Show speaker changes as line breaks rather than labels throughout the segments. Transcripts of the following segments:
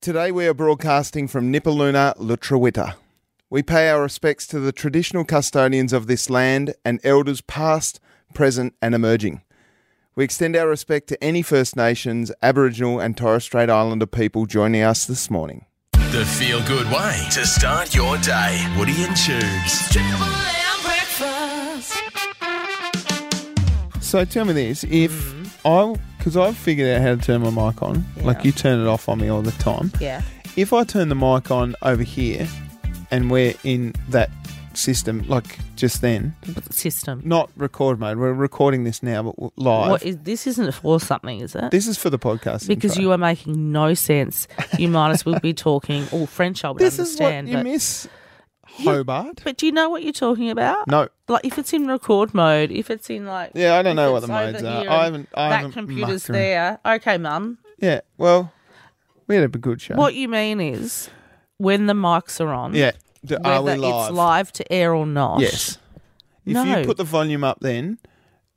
Today we are broadcasting from Nipaluna, Lutrawita. We pay our respects to the traditional custodians of this land and elders past, present, and emerging. We extend our respect to any First Nations, Aboriginal, and Torres Strait Islander people joining us this morning.
The feel good way to start your day. Woody and Tubes.
So tell me this: if
Mm-hmm.
I, because I've figured out how to turn my mic on, like you turn it off on me all the time.
Yeah.
If I turn the mic on over here, and we're in that system, like just then,
System.
not record mode. We're recording this now, but w- live.
What is this? Isn't for something, is it?
this is for the podcast
because you are making no sense. You might as well be talking all French. I would
This is what
understand.
you
but,
miss, Hobart.
but do you know what you're talking about?
No.
Like if it's in record mode, if it's in like
Yeah, I don't
if
know what
it's
the modes
over
are.
here
I
and
haven't. I
that
haven't
computer's
mucked around.
there. Okay, mum.
Yeah. Well, we had a good show.
What you mean is when the mics are on,
Yeah. D- are we
whether it's live to air or not.
Yes. If
No.
you put the volume up then,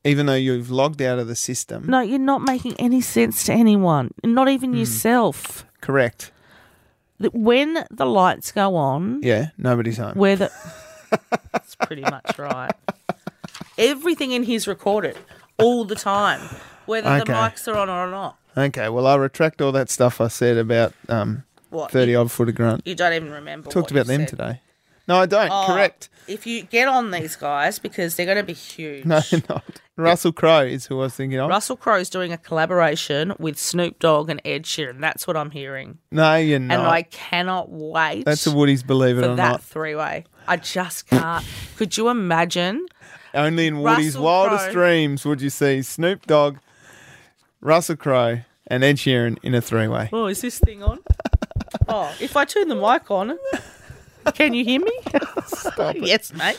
even though you've logged out of the system,
No, you're not making any sense to anyone, not even
Mm.
yourself.
correct.
That When the lights go on,
Yeah, nobody's home.
where the that's pretty much right. Everything in here's recorded all the time, whether
Okay.
the mics are on or not.
okay, well, I retract all that stuff I said about um,
What
30
You,
odd foot of grunt.
you don't even remember.
Talked
what you
about them
said.
today. No, I don't.
Oh,
Correct.
If you get on these guys because they're going to be huge.
No, you're not. Russell Crowe is who I was thinking of.
Russell Crowe's doing a collaboration with Snoop Dogg and Ed Sheeran. That's what I'm hearing,
no, you're not.
and I cannot wait.
That's a Woody's Believe It
for
or
that
Not.
three-way. I just can't. Could you imagine?
Only in Woody's
Russell
wildest
Crowe.
dreams would you see Snoop Dogg, Russell Crowe, and Ed Sheeran in a three way.
Oh, is this thing on? oh, if I turn the mic on, can you hear me? yes, mate.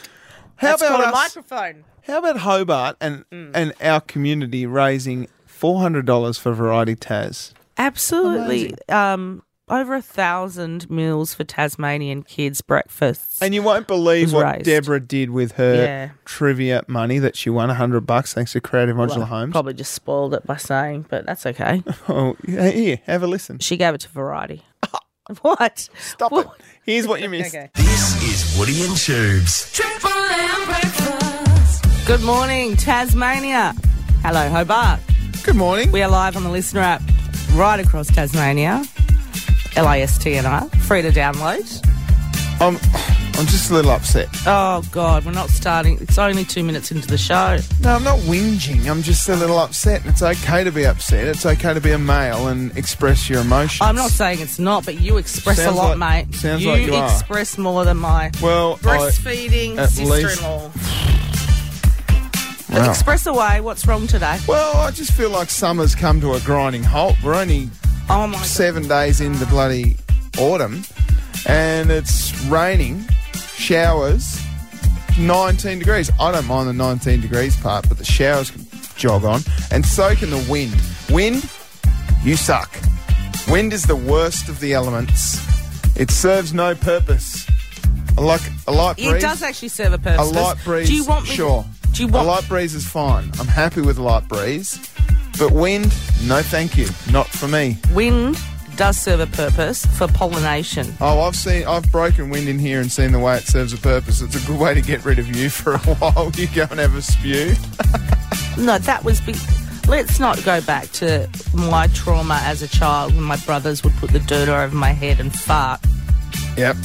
How
That's
about
called a Mm.
us?
microphone.
How about Hobart and and our community raising four hundred dollars for Variety Taz?
Absolutely. Um, over a thousand meals for Tasmanian kids' breakfasts.
And you won't believe
Was
what
raised.
Deborah did with her
Yeah.
trivia money that she won hundred bucks thanks to Creative Modular
Well,
Homes.
Probably just spoiled it by saying, but that's okay.
Oh, yeah, here, have a listen.
She gave it to Variety. what?
Stop it.
What?
Here's what you missed.
Okay.
This is Woody and Tubes.
Good morning, Tasmania. Hello, Hobart.
Good morning.
We are live on the listener app right across Tasmania. LIST and I. Free to download.
I'm I'm just a little upset.
Oh God, we're not starting. It's only two minutes into the show.
No, I'm not whinging. I'm just a little upset. It's okay to be upset. It's okay to be a male and express your emotions.
I'm not saying it's not, but you express
Sounds
a lot,
like-
mate.
sounds
you
like you are.
express more than my
Well, I,
breastfeeding
at least-
sister-in-law. But
Wow.
Express away. What's wrong today?
well, I just feel like summer's come to a grinding halt. We're only
Oh my God.
seven days into bloody autumn and it's raining, showers, 19 degrees. I don't mind the 19 degrees part, but the showers can jog on and so can the wind. Wind, you suck. Wind is the worst of the elements. It serves no purpose. I like a light breeze.
It does actually serve a
a
purpose.
light breeze,
Do you want me?
sure.
Do you want?
a light breeze is fine. I'm happy with a light breeze. But wind, no thank you. Not for me.
Wind does serve a purpose for pollination.
Oh, I've seen, I've broken wind in here and seen the way it serves a purpose. It's a good way to get rid of you for a while. You go and have a spew.
No, that was. Be- Let's not go back to my trauma as a child when my brothers would put the dirt over my head and fart.
Yep.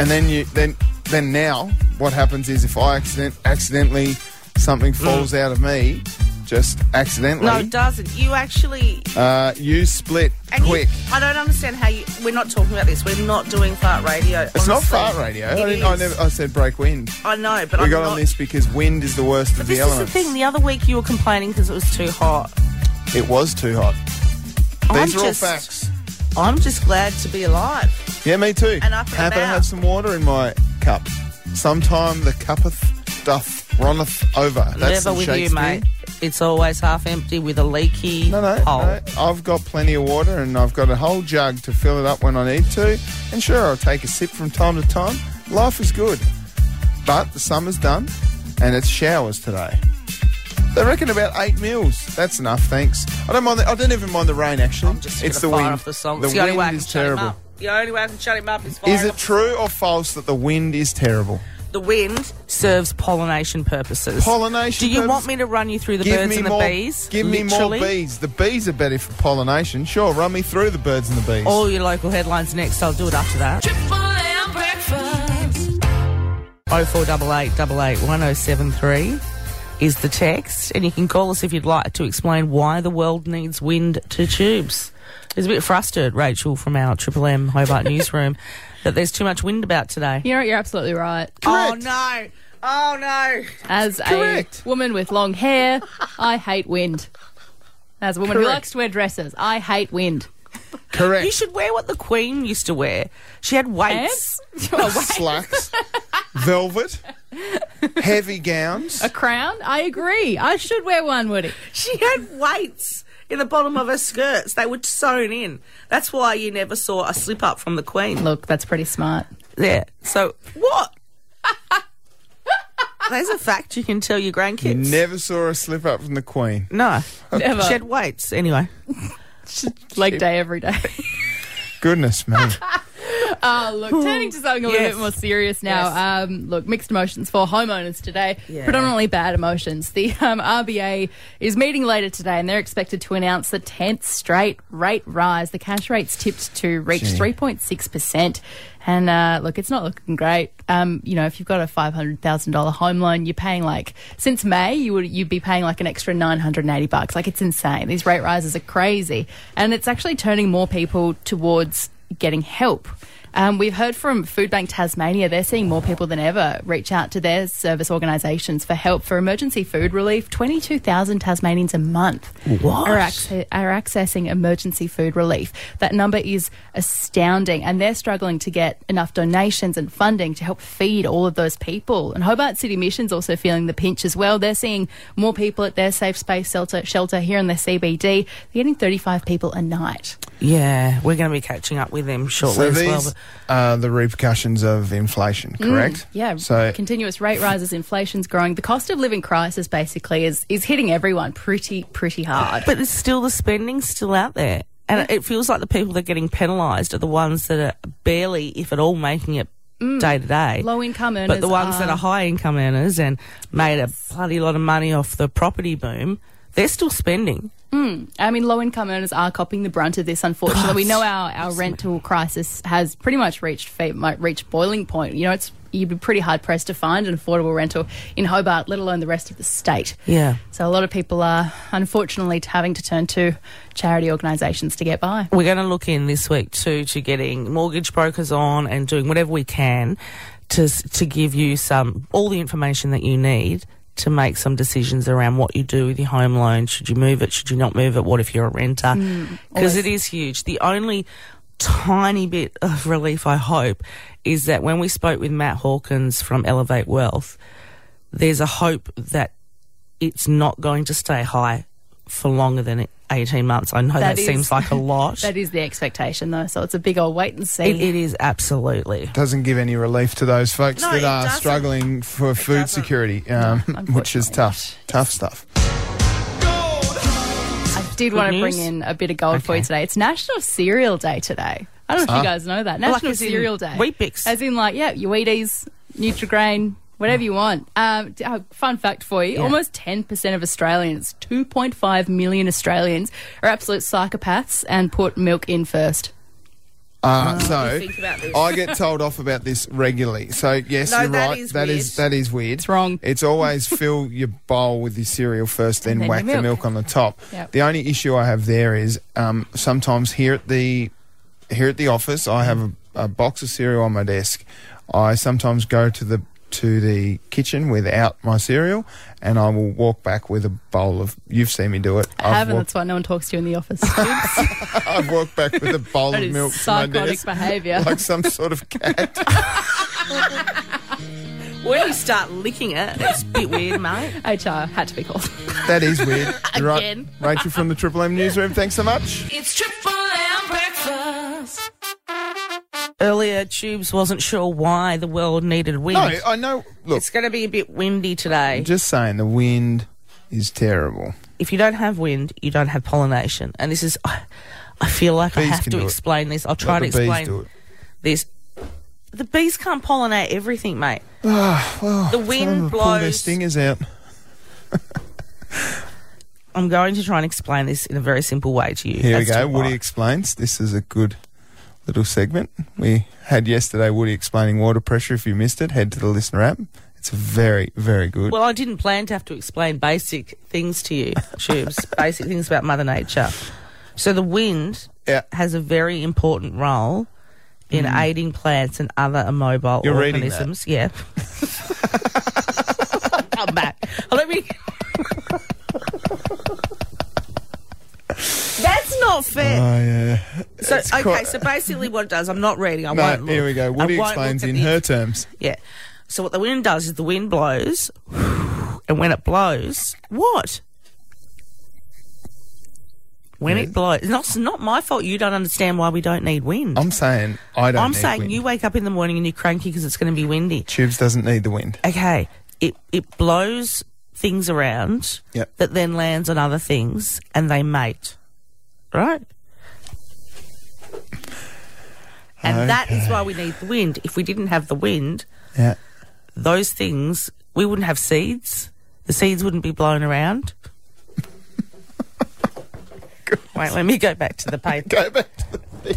And then you, then, then now, what happens is if I accident, accidentally, something falls out of me, just accidentally,
No, it doesn't. You actually.
uh, you split
and you-
quick.
I don't understand how you. We're not talking about this. We're not doing fart radio.
it's not
honestly.
fart radio.
It
I, didn't, I,
is.
never, I said break wind.
I know, but
We
I'm
got
not.
on this because wind is the worst of
But
the
this is the
elements.
thing. The other week you were complaining because it was too hot.
It was too hot.
I'm
These are
just,
all facts.
I'm just glad to be alive.
Yeah, me too.
And up and
Happy to
about.
have some water in my cup. Sometime the cuppeth doth runneth over. That's
Never
in
with you,
Shakespeare.
mate. It's always half empty with a leaky
No, no,
hole.
no. I've got plenty of water and I've got a whole jug to fill it up when I need to. And sure, I'll take a sip from time to time. Life is good. But the summer's done and it's showers today. They reckon about eight mils. That's enough, thanks. I don't mind. The, I don't even mind the rain. Actually,
I'm just
it's the
gonna fire
wind.
off the song.
The
It's the only
wind
way I can
is
shut him
terrible.
up. The only way I can shut him up is fire.
Is
him
it true or false that the wind is terrible?
The wind serves pollination purposes.
Pollination
Do you
purpose-
want me to run you through the birds and the
more
bees?
Give me
Literally?
more bees. The bees are better for pollination. Sure, run me through the birds and the bees.
All your local headlines next. I'll do it after that.
Triple M breakfast.
Oh four double eight double eight one oh seven three is the text, and you can call us if you'd like to explain why the world needs wind to tubes. There's a bit frustrated, Rachel, from our Triple M Hobart newsroom, that there's too much wind about today.
You know, what? you're absolutely right.
Oh no! Oh no!
As
Correct.
a woman with long hair, I hate wind. As a woman who
Correct.
likes to wear dresses, I hate wind.
Correct.
You should wear what the Queen used to wear. She had weights.
Slacks, velvet, heavy gowns.
A crown? I agree. I should wear one, Woody.
She had weights in the bottom of her skirts. They were sewn in. That's why you never saw a slip up from the Queen.
Look, that's pretty smart.
Yeah. So what? There's a fact you can tell your grandkids.
Never saw a slip up from the Queen.
no.
Never.
She had weights anyway.
Leg day every day.
Goodness me.
Oh, look, turning to something a little
Yes.
bit more serious now. Um, look, mixed emotions for homeowners today,
Yeah.
predominantly bad emotions. The um, RBA is meeting later today and they're expected to announce the 10th straight rate rise. The cash rate's tipped to reach 3.6%. And uh, look, it's not looking great. Um, you know, if you've got a five hundred thousand dollar home loan, you're paying like since May, you would you'd be paying like an extra nine hundred and eighty bucks. Like it's insane. These rate rises are crazy, and it's actually turning more people towards getting help. Um, we've heard from Food Bank Tasmania, they're seeing more people than ever reach out to their service organisations for help for emergency food relief. 22,000 Tasmanians a month Are, acce- are accessing emergency food relief. That number is astounding, and they're struggling to get enough donations and funding to help feed all of those people. And Hobart City Mission's also feeling the pinch as well. They're seeing more people at their safe space shelter, shelter here in the CBD. They're getting 35 people a night.
Yeah, we're going to be catching up with them shortly
So
as
these
well. but- Mm,
are the repercussions of inflation, correct?
Yeah,
So
continuous rate rises, inflation's growing. The cost of living crisis basically is is hitting everyone pretty pretty hard.
But it's still the spending's still out there. And it feels like the people that are getting penalised are the ones that are barely, if at all, making it day to day.
Mm. Low income earners,
But the ones that are high income earners and made a bloody lot of money off the property boom, they're still spending.
I mean, low income earners are copying the brunt of this. Unfortunately, we know our, our rental crisis has pretty much reached fe- might reach boiling point. You know, it's you'd be pretty hard pressed to find an affordable rental in Hobart, let alone the rest of the state.
Yeah.
So a lot of people are unfortunately having to turn to charity organisations to get by.
We're going to look in this week too to getting mortgage brokers on and doing whatever we can to s- to give you some all the information that you need to make some decisions around what you do with your home loan. Should you move it? Should you not move it? What if you're a renter? Because it is huge. The only tiny bit of relief I hope is that when we spoke with Matt Hawkins from Elevate Wealth, there's a hope that it's not going to stay high for longer than 18 months. I know that,
That is-
seems like a lot.
That is the expectation, though. So it's a big old wait and see.
It, it is absolutely.
doesn't give any relief to those folks
No,
that
it
are
doesn't.
struggling for food
doesn't.
security, um, which is
unfortunately
tough, tough stuff.
I did want to
news.
bring in a bit of gold for you
Okay. Ah.
today. It's National Cereal Day today. I don't know if you guys know that.
Well, like
National
as in
Cereal Day.
Wheat Bix.
As in, like, yeah, your Wheaties, Nutrigrain, whatever you want. Um, d- oh, fun fact for you almost 10% of Australians, 2.5 million Australians, are absolute psychopaths and put milk in first.
Uh, so I get told off about this regularly. So yes,
No,
you're
that
right.
is
That
weird.
is that is weird. It's
wrong.
It's always fill your bowl with your cereal first, then,
then
whack
your
the
milk.
milk on the top.
Yep.
The only issue I have there is um, sometimes here at the here at the office, I have a, a box of cereal on my desk. I sometimes go to the to the kitchen without my cereal, and I will walk back with a bowl of. You've seen me do it.
I haven't.
walked,
That's why no one talks to you in the office. Oops.
I've walked back with a bowl
that
of
is
milk. to my
psychotic
desk,
behaviour.
Like some sort of cat.
When you start licking it, it's a bit weird, mate.
HR had to be called.
That is weird. You're right.
Again.
Rachel from the Triple M Newsroom, thanks so much.
It's Triple M breakfast.
Earlier, Tubes wasn't sure why the world needed wind.
No, I know. Look,
It's going to be a bit windy today.
just saying, the wind is terrible.
If you don't have wind, you don't have pollination. And this is, I, I feel like I
Bees
have
can
to
do it.
explain this. I'll try
Let
to
the bees
explain
do it.
this. The bees can't pollinate everything, mate. the wind
Oh, Pull their
blows.
stingers out.
I'm going to try and explain this in a very simple way to you.
Here we
as to
go.
why.
Woody explains. This is a good little segment we had yesterday. Woody explaining water pressure. If you missed it, head to the listener app. It's very, very good.
Well, I didn't plan to have to explain basic things to you, Tubes, basic things about Mother Nature. So the wind
Yeah. Mm.
has a very important role in aiding plants and other immobile
You're reading that.
organisms. Yeah. I'm back. Let me. That's not fair.
oh yeah.
so okay,
quite-
so basically, what it does, I'm not reading. I
No,
won't. Look.
here we
I
go. Woody
won't
explains
look at
in
the
her terms.
yeah. So what the wind does is the wind blows, and when it blows, what? When it blows, it's not, it's not my fault. You don't understand why we don't need wind.
I'm saying I don't.
I'm
need
saying
wind.
you wake up in the morning and you're cranky because it's going to be windy.
Tubes doesn't need the wind.
Okay, it it blows things around
Yep.
that then lands on other things and they mate, right? And that is why we need the wind. If we didn't have the wind,
Yeah.
those things, we wouldn't have seeds. The seeds wouldn't be blown around. Wait, let me go back to the paper.
Go back to the thing.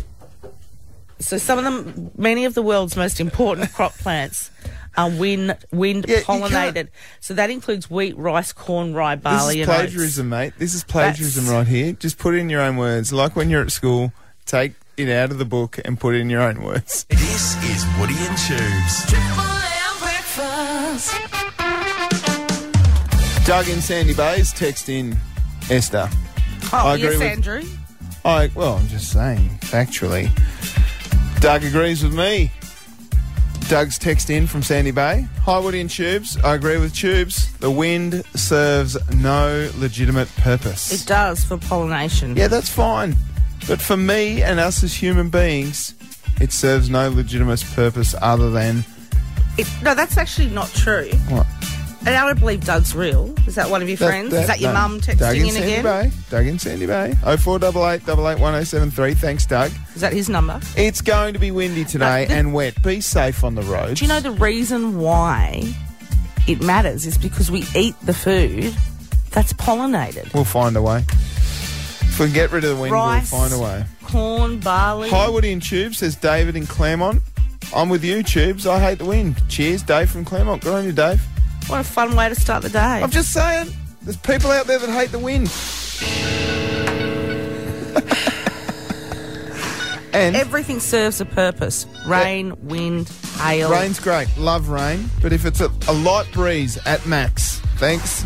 So, some of them, many of the world's most important crop plants are wind wind
Yeah, you
pollinated.
can't-
So that includes wheat, rice, corn, rye,
This
barley,
is
and oats.
plagiarism, mate. This is plagiarism
That's-
right here. Just put it in your own words. Like when you're at school, take it out of the book and put it in your own words.
This is Woody and Tubes.
Triple M breakfast.
Doug in Sandy Bay's text in Esther.
Oh,
I agree
yes,
with-
Andrew.
I well, I'm just saying factually. Doug agrees with me. Doug's text in from Sandy Bay. Hi, Woody and Tubes. I agree with Tubes. The wind serves no legitimate purpose.
It does for pollination.
yeah, that's fine. But for me and us as human beings, it serves no legitimate purpose other than
It, no, that's actually not true.
what?
And I don't believe Doug's real. Is that one of your friends? Is that your
no.
mum texting
Doug
in
in Sandy
again?
Bay. Doug in Sandy Bay. 0488 881073. Thanks, Doug.
Is that his number?
It's going to be windy today
the-
and wet. Be safe on the roads.
Do you know the reason why it matters is because we eat the food that's pollinated.
We'll find a way. If we can get rid of the wind,
Rice,
we'll find a way.
corn, barley.
Hi, Woody and Tubes, says David in Claremont. I'm with you, Tubes. I hate the wind. Cheers, Dave from Claremont. Good on you, Dave.
What a fun way to start the day.
I'm just saying, there's people out there that hate the wind. and
Everything serves a purpose. Rain, wind, hail.
rain's great. Love rain. But if it's a, a light breeze at max, thanks.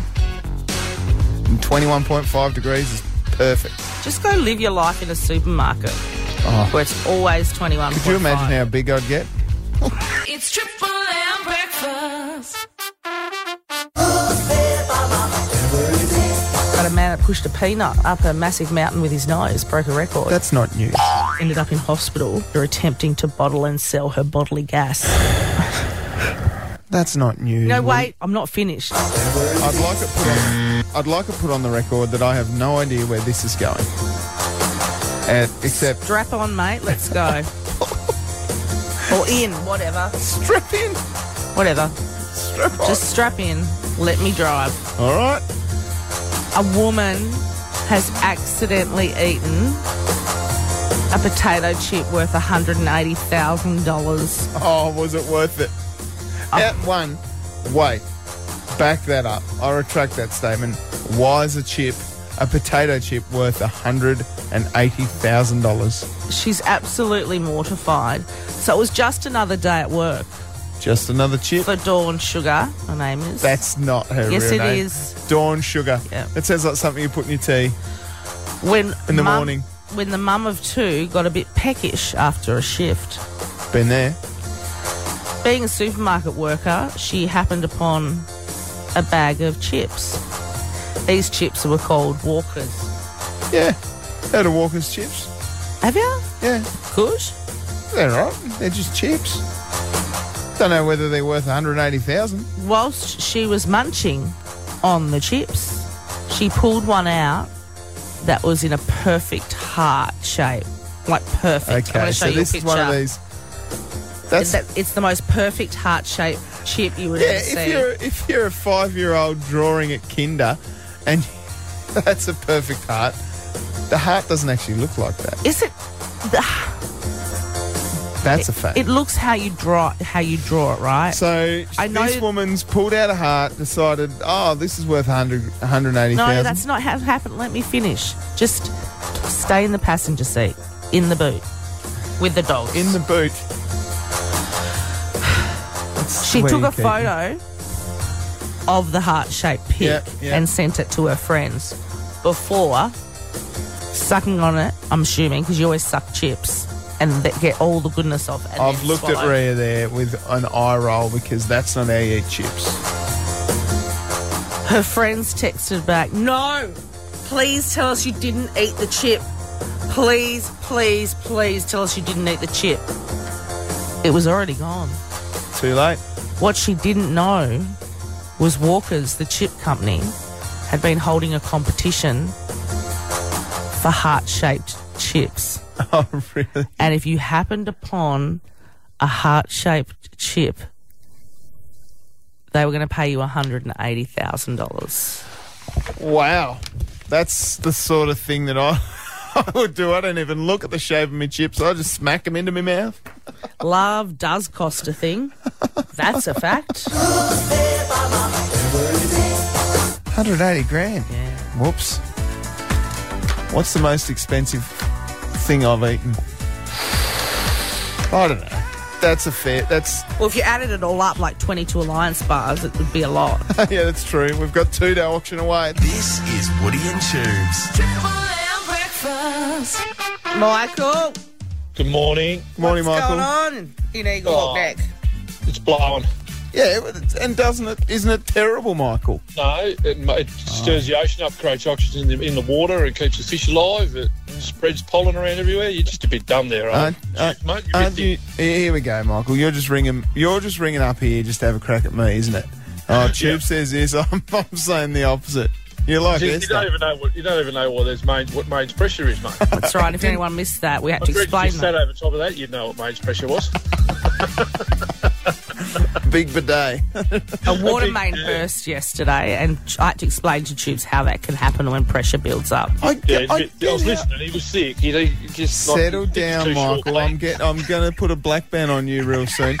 And 21.5 degrees is perfect.
Just go live your life in a supermarket where it's always
Oh.
21.
Could you imagine how big I'd get?
It's Triple M breakfast.
But a man that pushed a peanut up a massive mountain with his nose broke a record.
That's not news.
ended up in hospital for attempting to bottle and sell her bodily gas.
That's not news.
No, wait, I'm not finished.
I'd like it put on, I'd like it put on the record that I have no idea where this is going. And except
Strap on, mate. Let's go. or in, whatever.
strap in,
Whatever.
strap on.
Just strap in. Let me drive.
All right.
A woman has accidentally eaten a potato chip worth $180,000.
Oh, was it worth it?
Ah.
At one, wait, back that up. I retract that statement. Why is a chip, a potato chip, worth hundred and eighty thousand dollars?
She's absolutely mortified. So it was just another day at work
Just another chip.
for Dawn Sugar, her name is.
That's not her
Yes,
real
it
name.
is.
Dawn Sugar.
Yeah.
It sounds like something you put in your tea.
when
In the
mum-
morning.
When the mum of two got a bit peckish after a shift.
Been there.
Being a supermarket worker, she happened upon a bag of chips. These chips were called Walkers.
Yeah. Heard of Walker's chips?
Have you?
Yeah.
Good.
They're all right. They're just chips. Don't know whether they're worth 180,000.
Whilst she was munching on the chips, she pulled one out that was in a perfect heart shape. Like perfect. I'm
Okay,
gonna show
so
you a
this is one of
picture.
these. That's
It's, that, it's the most perfect heart shaped chip you would
yeah.
ever
If
see.
you're if you're a five year old drawing at Kinder, and that's a perfect heart. The heart doesn't actually look like that.
Is it? The,
That's a fact.
it looks how you draw how you draw it, right?
so
I know-
this woman's pulled out a heart, decided, oh, this is worth 100, 180,000.
no, that's not how it happened. Let me finish. Just stay in the passenger seat, in the boot, with the dogs.
in the boot.
she
Where
took
you
a
keep it.
photo of the heart shaped pic
Yep, yep.
and sent it to her friends before sucking on it. I'm assuming because you always suck chips and th- get all the goodness of. it and
I've
then
looked at
swallow.
Rhea there with an eye roll because that's not how you eat chips.
Her friends texted back, No, please tell us you didn't eat the chip. Please, please, please tell us you didn't eat the chip. It was already gone.
Too late.
What she didn't know was Walker's, the chip company, had been holding a competition for heart shaped chips.
Oh, really?
And if you happened upon a heart shaped chip, they were going to pay you $180,000.
Wow. That's the sort of thing that I, I would do. I don't even look at the shape of my chips. I just smack them into my mouth.
Love does cost a thing. That's a fact.
180 grand.
Yeah.
Whoops. What's the most expensive thing I've eaten? I don't know. That's a fair. That's
Well, if you added it all up, like 22 Alliance bars, it would be a lot.
yeah, that's true. We've got two to auction away.
This is Woody and Tubes.
Triple M breakfast.
Michael,
Good morning.
Morning,
what's
Michael.
going on in Eagle Hawk
Oh.
Neck?
It's blowing.
Yeah, but it's- and doesn't it? Isn't it terrible, Michael?
No, it, ma- it stirs the ocean up, creates oxygen in the, in the water, it keeps the fish alive, it spreads pollen around everywhere. You're just a bit dumb there, aren't,
Aren't- aren't-
you, mate? You're a bit
Aren't
thick.
you, here here we go, Michael. You're just ringing. You're just ringing up here just to have a crack at me, isn't it? Oh, Tube says this. I'm, I'm saying the opposite. You like
You,
this?
you don't even know what you don't even know what there's mains what mains pressure is, mate. If
That's right. If anyone missed that, we had to
you
explain
just sat
that.
over top of that, you'd know what mains pressure was.
Big bidet.
A water
big-
main burst yesterday, and I had to explain to Tubes how that can happen when pressure builds up.
I,
Yeah, it's a
I
bit- I,
get
was
it.
listening. He was sick. He, he just like,
Settle
it's
down,
too short,
Michael.
mate.
I'm get. I'm going to put a black ban on you real soon,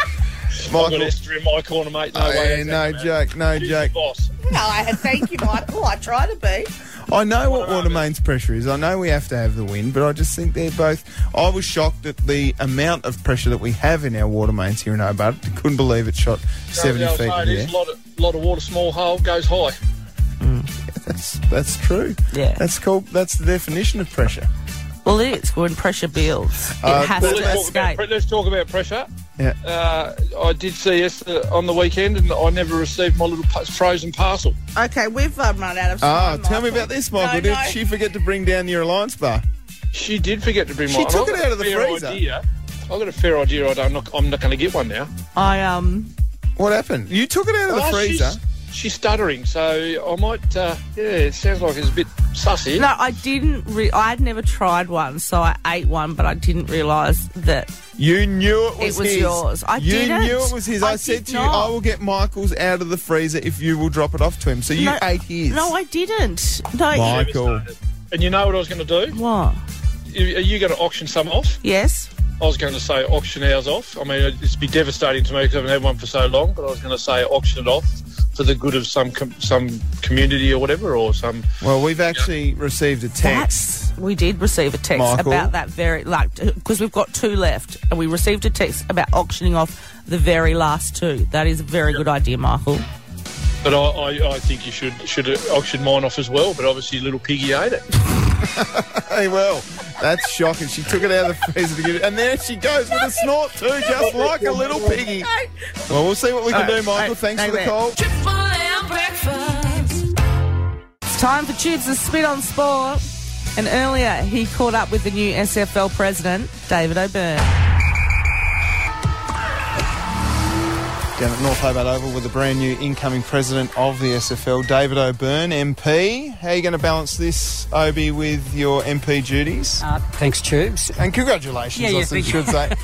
I've got
Michael.
Esther in my corner, mate. No way.
Hey,
is
no
that, man.
joke. No
She's
joke.
the boss.
No, I thank you, Michael. I try to be.
I know what water mains pressure is. I know we have to have the wind, but I just think they're both. I was shocked at the amount of pressure that we have in our water mains here in Hobart. Couldn't believe it shot seventy
The old
feet in
saying
the
is,
air.
lot of, lot of water, small hole goes high.
That's that's true.
Yeah.
that's called. That's the definition of pressure.
Well, it's when pressure builds, it
Uh,
has
well,
Well,
to
let's, talk about,
escape.
pre- let's talk about pressure.
Yeah.
Uh, I did see Esther on the weekend, and I never received my little pa- frozen parcel.
Okay, we've uh, run out of
Ah,
time.
tell me about this, Michael.
No,
Did
no.
she forget to bring down your alliance bar?
She did forget to bring
She
mine.
took
I've
it
got
out
a
of the
fair
freezer.
Idea. I've got a fair idea. I don't. Not, I'm not going to get one now.
I um.
What happened? You took it out of the
Oh,
freezer.
She's, she's stuttering, so I might. Uh, yeah, it sounds like it's a bit sussy.
No, I didn't. Re- I had never tried one, so I ate one, but I didn't realise that.
You knew it was,
was
his.
yours. I
you
didn't.
knew it was his. I,
I
said
did
to
not.
you, I will get Michael's out of the freezer if you will drop it off to him. So you
No,
ate his.
No, I didn't. No, you-
Michael.
And you know what I was going to do?
what?
You- Are you going to auction some off?
Yes.
I was going to say auction ours off. I mean, it'd be devastating to me because I haven't had one for so long. But I was going to say auction it off for the good of some com- some community or whatever, or some.
Well, we've actually received a text.
That's, we did receive a text
Michael.
about that very, like, because we've got two left, and we received a text about auctioning off the very last two. That is a very good idea, Michael.
But I, I, I think you should should auction mine off as well. But obviously, little piggy ate it.
Hey, well, that's shocking. She took it out of the freezer to give it, and there she goes with a snort too, just like a little piggy. Well, we'll see what we can do, Michael.
right,
Thanks
no
for the
bet.
call.
Triple M breakfast.
It's time for Tubes to spit on sport. And earlier, he caught up with the new SFL president, David O'Byrne.
down at North Hobart Oval with the brand new incoming president of the SFL, David O'Byrne, MP. How are you going to balance this, Obi, with your MP duties?
Thanks, Tubes.
and congratulations,
Yeah, yeah,
I should
thank you.
should say.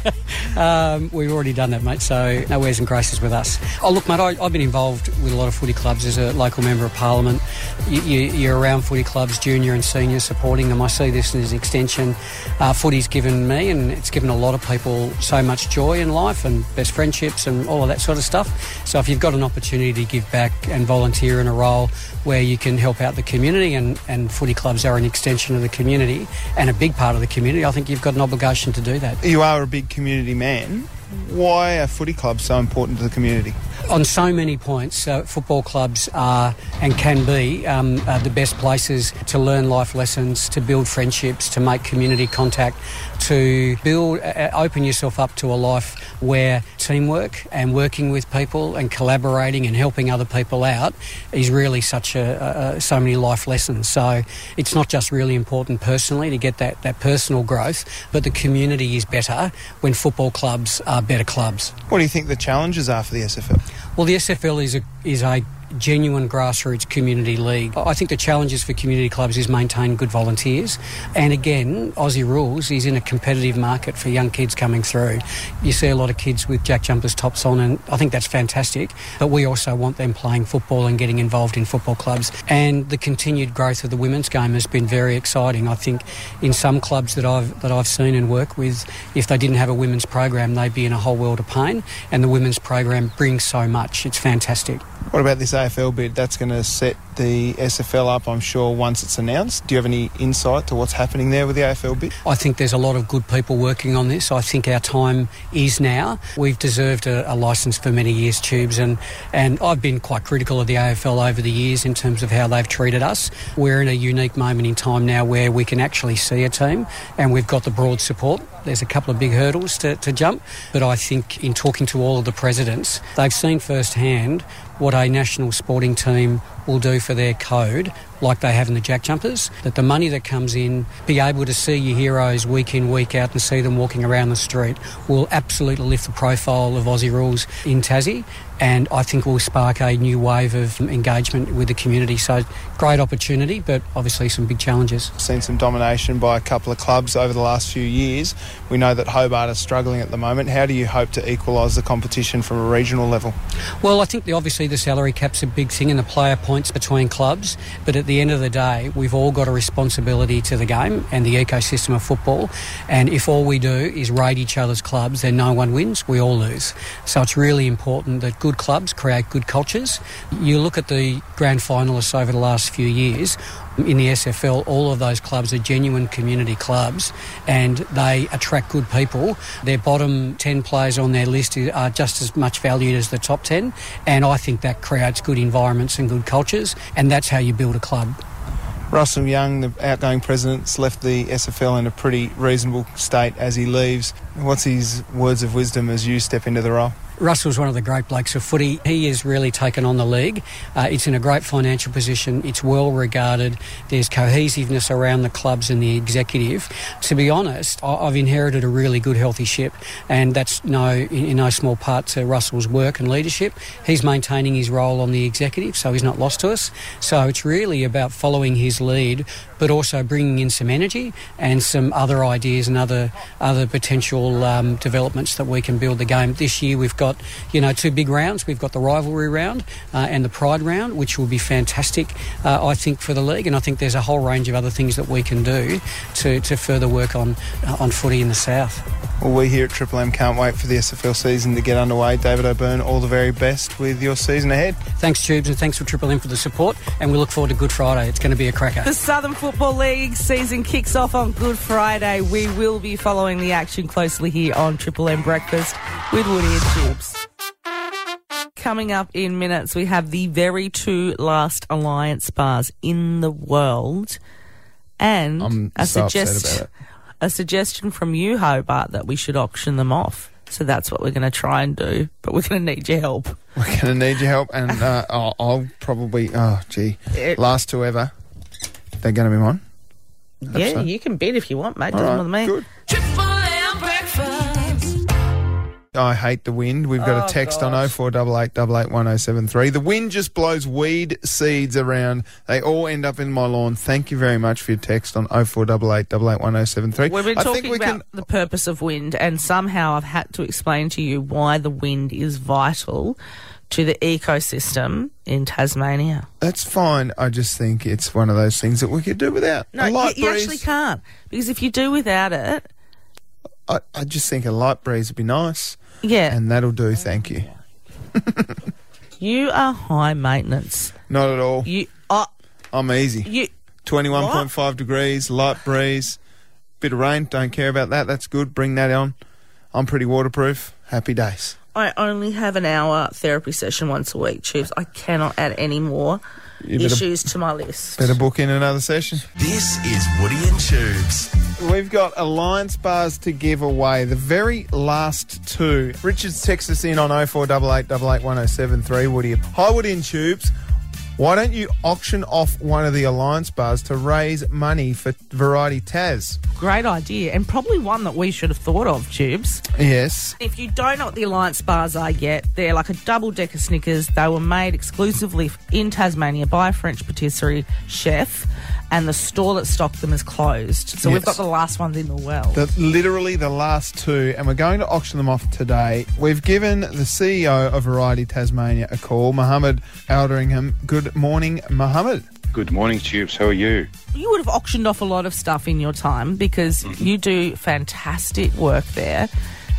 Um, we've already done that, mate, so no wares and graces with us. Oh, look, mate, I, I've been involved with a lot of footy clubs as a local member of parliament. You, you, you're around footy clubs, junior and senior, supporting them. I see this as an extension. Uh, footy's given me and it's given a lot of people so much joy in life and best friendships and all of that sort of stuff. So if you've got an opportunity to give back and volunteer in a role where you can help out the community, and, and footy clubs are an extension of the community and a big part of the community, I think you've got an obligation to do that.
You are a big community man. Why are footy clubs so important to the community?
on so many points, uh, football clubs are and can be um, uh, the best places to learn life lessons, to build friendships, to make community contact, to build, uh, open yourself up to a life where teamwork and working with people and collaborating and helping other people out is really such a, a, a so many life lessons. So it's not just really important personally to get that, that personal growth, but the community is better when football clubs are better clubs.
What do you think the challenges are for the SFL?
Well, the SFL is a is a genuine grassroots community league. I think the challenges for community clubs is maintain good volunteers, and again, Aussie rules is in a competitive market for young kids coming through. You see a lot of kids with jack jumpers tops on, and I think that's fantastic. But we also want them playing football and getting involved in football clubs. And the continued growth of the women's game has been very exciting. I think in some clubs that I've that I've seen and worked with, if they didn't have a women's program, they'd be in a whole world of pain. And the women's program brings so much. It's fantastic.
What about this AFL bid? That's going to set the SFL up, I'm sure, once it's announced. Do you have any insight to what's happening there with the AFL bid?
I think there's a lot of good people working on this. I think our time is now. We've deserved a, a license for many years, Tubes, and, and I've been quite critical of the AFL over the years in terms of how they've treated us. We're in a unique moment in time now where we can actually see a team and we've got the broad support. There's a couple of big hurdles to, to jump, but I think in talking to all of the presidents, they've seen firsthand what a national sporting team will do for their code, like they have in the Jack Jumpers, that the money that comes in, be able to see your heroes week in, week out, and see them walking around the street, will absolutely lift the profile of Aussie rules in Tassie, and I think will spark a new wave of engagement with the community. So, great opportunity, but obviously some big challenges.
Seen some domination by a couple of clubs over the last few years. We know that Hobart are struggling at the moment. How do you hope to equalise the competition from a regional level?
Well, I think the, obviously the salary cap's a big thing and the player points between clubs, but at the end of the day, we've all got a responsibility to the game and the ecosystem of football. And if all we do is raid each other's clubs, then no one wins, we all lose. So it's really important that good clubs create good cultures. You look at the grand finalists over the last few years, in the SFL, all of those clubs are genuine community clubs and they attract good people. Their bottom 10 players on their list i- are just as much valued as the top 10, and I think that creates good environments and good cultures, and that's how you build a club.
Russell Young, the outgoing president's left the SFL in a pretty reasonable state as he leaves. What's his words of wisdom as you step into the role?
Russell's one of the great blokes of footy. He has really taken on the league. Uh, it's in a great financial position. It's well regarded. There's cohesiveness around the clubs and the executive. To be honest, I- I've inherited a really good, healthy ship, and that's no in, in no small part to Russell's work and leadership. He's maintaining his role on the executive, so he's not lost to us. So it's really about following his lead, but also bringing in some energy and some other ideas and other other potential um, developments that we can build the game. This year we've got you know two big rounds. We've got the rivalry round uh, and the pride round, which will be fantastic, uh, I think, for the league. And I think there's a whole range of other things that we can do to, to further work on uh, on footy in the south.
Well, we here at Triple M can't wait for the SFL season to get underway. David O'Byrne, all the very best with your season ahead.
Thanks, Tubes, and thanks for Triple M for the support. And we look forward to Good Friday. It's going to be a cracker.
The Southern Football League season kicks off on Good Friday. We will be following the action closely here on Triple M Breakfast with Woody and Tubes. Coming up in minutes, we have the very two last alliance bars in the world, and
I'm
a
so upset
suggest-
about
a suggestion from you, Hobart, that we should auction them off. So that's what we're going to try and do, but we're going to need your help.
We're going to need your help, and uh, I'll, I'll probably, oh, gee,
It-
last two ever. They're going to be mine.
yeah,
eh?
you can bid if you want, mate. Doesn't
All right,
bother me.
good.
Triple M breakfast.
I hate the wind. We've
Oh,
got a text on 0488881073. The wind just blows weed seeds around. They all end up in my lawn. Thank you very much for your text on 0488881073.
We've been
I
talking
think we
about
can
the purpose of wind, and somehow I've had to explain to you why the wind is vital to the ecosystem in Tasmania.
That's fine. I just think it's one of those things that we could do without.
No,
a
you,
light
you
breeze.
actually can't because if you do without it,
I, I just think a light breeze would be nice,
yeah,
and that'll do. Thank you.
you are high maintenance.
Not at all.
You are
I'm easy.
you.
Twenty-one point five degrees, light breeze, bit of rain. Don't care about that. That's good. Bring that on. I'm pretty waterproof. Happy days.
I only have an hour therapy session once a week, Tubes. I cannot add any more
better-
issues to my list.
Better book in another session.
This is Woody and Tubes.
We've got Alliance bars to give away. The very last two. Richard's texted us in on 0488881073. Woody, hi Woody and Tubes. Why don't you auction off one of the Alliance bars to raise money for Variety Taz?
Great idea, and probably one that we should have thought of, Tubes.
Yes.
If you don't know what the Alliance bars are yet, they're like a double decker Snickers. They were made exclusively in Tasmania by a French patisserie chef, and the store that stocked them is closed. So we've
Yes.
got the last ones in the well.
The, literally the last two, and we're going to auction them off today. We've given the CEO of Variety Tasmania a call, Mohammed Alderingham. Good morning, Mohammed.
Good morning, Tubes. How are you?
you would have auctioned off a lot of stuff in your time because
Mm-hmm.
you do fantastic work there.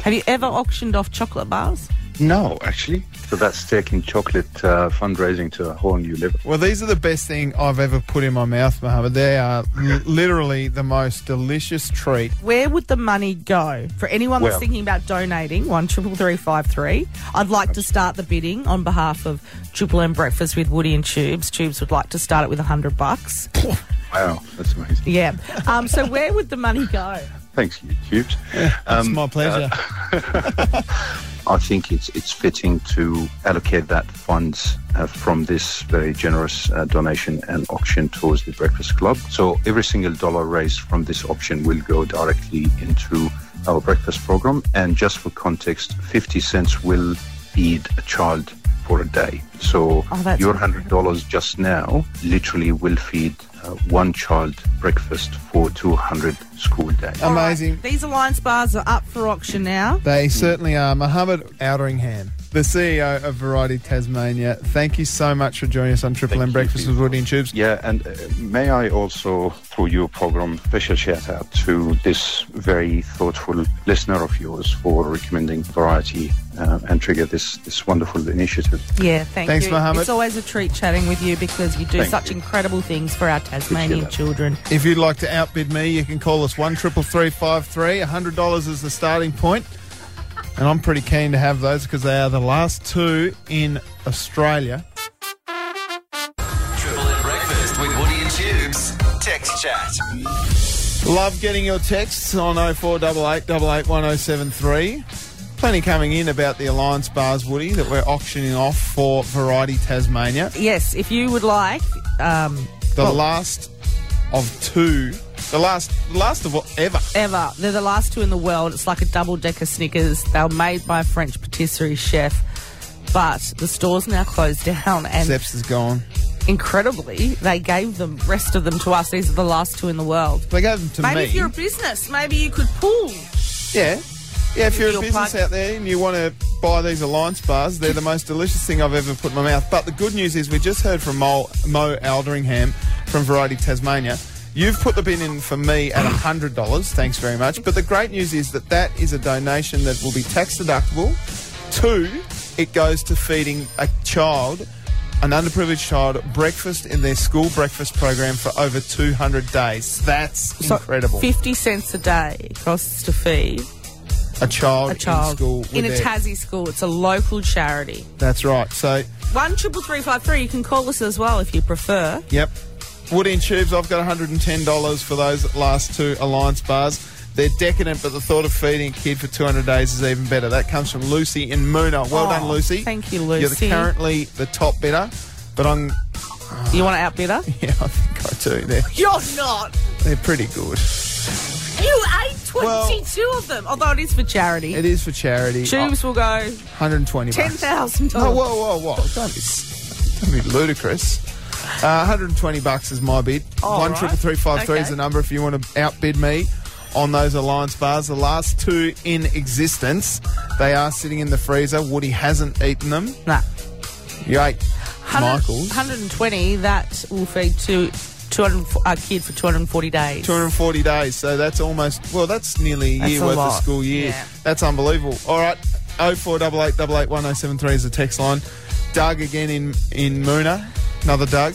Have you ever auctioned off chocolate bars?
No, actually. So that's taking chocolate uh, fundraising to a whole new level.
Well, these are the best thing I've ever put in my mouth, Mohammed. They are l- literally the most delicious treat.
Where would the money go for anyone that's
Well-
thinking about donating? One triple three five three. I'd like to start the bidding on behalf of Triple M Breakfast with Woody and Tubes. Tubes would like to start it with a hundred bucks.
Wow, that's amazing.
Yeah. Um, so where would the money go?
Thanks, you, Tubes. Um,
It's my pleasure.
uh, I think it's it's fitting to allocate that funds uh, from this very generous uh, donation and auction towards the Breakfast Club. So every single dollar raised from this auction will go directly into our breakfast program. And just for context, 50 cents will feed a child for a day. So
Oh, that's
your hundred dollars just now literally will feed uh, one child breakfast for 200 school days.
All right,
Amazing.
These alliance bars are up for auction now.
They certainly are. Mohammed Alderingham, the CEO of Variety Tasmania. Thank you so much for joining us on Triple
Thank
M
you,
Breakfast with
Steve.
Woody and Tubes.
Yeah, and uh, may I also, through your program, special shout out to this very thoughtful listener of yours for recommending Variety uh, and trigger this this wonderful initiative.
Yeah, thank
Thanks,
you.
Mohammed.
It's always a treat chatting with you because you do
Thank
such
you.
incredible things for our Tasmanian
that.
children.
If you'd like to outbid me, you can call us one triple three five three. hundred dollars is the starting point, and I'm pretty keen to have those because they are the last two in Australia.
Triple M Breakfast with Woody and Tubes. Text chat.
Love getting your texts on 0488881073. Plenty coming in about the Alliance Bars, Woody, that we're auctioning off for Variety Tasmania.
Yes, if you would like, um,
The last of two, the last, the last of what ever.
ever. They're the last two in the world. It's like a double decker Snickers. They were made by a French patisserie chef, but the store's now closed down. And
Zeps is gone.
incredibly, they gave the rest of them to us. These are the last two in the world.
They gave them to
Maybe
me.
if you're a business, maybe you could pull.
yeah, yeah. If you're a
Your
business
plug-
out there and you want to buy these Alliance Bars, they're the most delicious thing I've ever put in my mouth. But the good news is, we just heard from Mo, Mo Alderingham from Variety Tasmania. You've put the bin in for me at $100. Thanks very much. But the great news is that that is a donation that will be tax deductible. Two, it goes to feeding a child, an underprivileged child, breakfast in their school breakfast program for over 200 days. That's
So
incredible.
50 cents a day costs to feed
a child,
a child
in school with
in a
their-
Tassie school. It's a local charity.
That's right. So,
One triple three five three. You can call us as well if you prefer.
yep. Woody and Tubes, I've got $110 for those last two Alliance bars. They're decadent, but the thought of feeding a kid for 200 days is even better. That comes from Lucy in Moona. Well
Oh,
done, Lucy.
thank you,
You're
Lucy.
the, currently the top bidder, but I'm.
You want to outbid her?
Yeah, I think I do. They're,
You're not.
they're pretty good.
You ate Twenty-two of them. Although it is for charity.
It is for charity.
Tubes will go
Oh, 120
ten
bucks.
thousand
No,
dollars.
whoa, Oh, whoa, whoa. Don't be, don't be ludicrous. Uh, 120 bucks is my bid.
All
One
right.
triple three five three is the
Okay.
number if you want to outbid me on those alliance bars. The last two in existence, they are sitting in the freezer. Woody hasn't eaten them.
Nah.
You ate
100
Michael's.
120. That will feed two. 200, a kid for 240 days.
240 days. So that's almost, well, that's nearly a
That's
year
a
worth of
lot.
school year.
Yeah.
That's unbelievable. All right, 0488881073 is the text line. Doug again in, in Moona. Another Doug.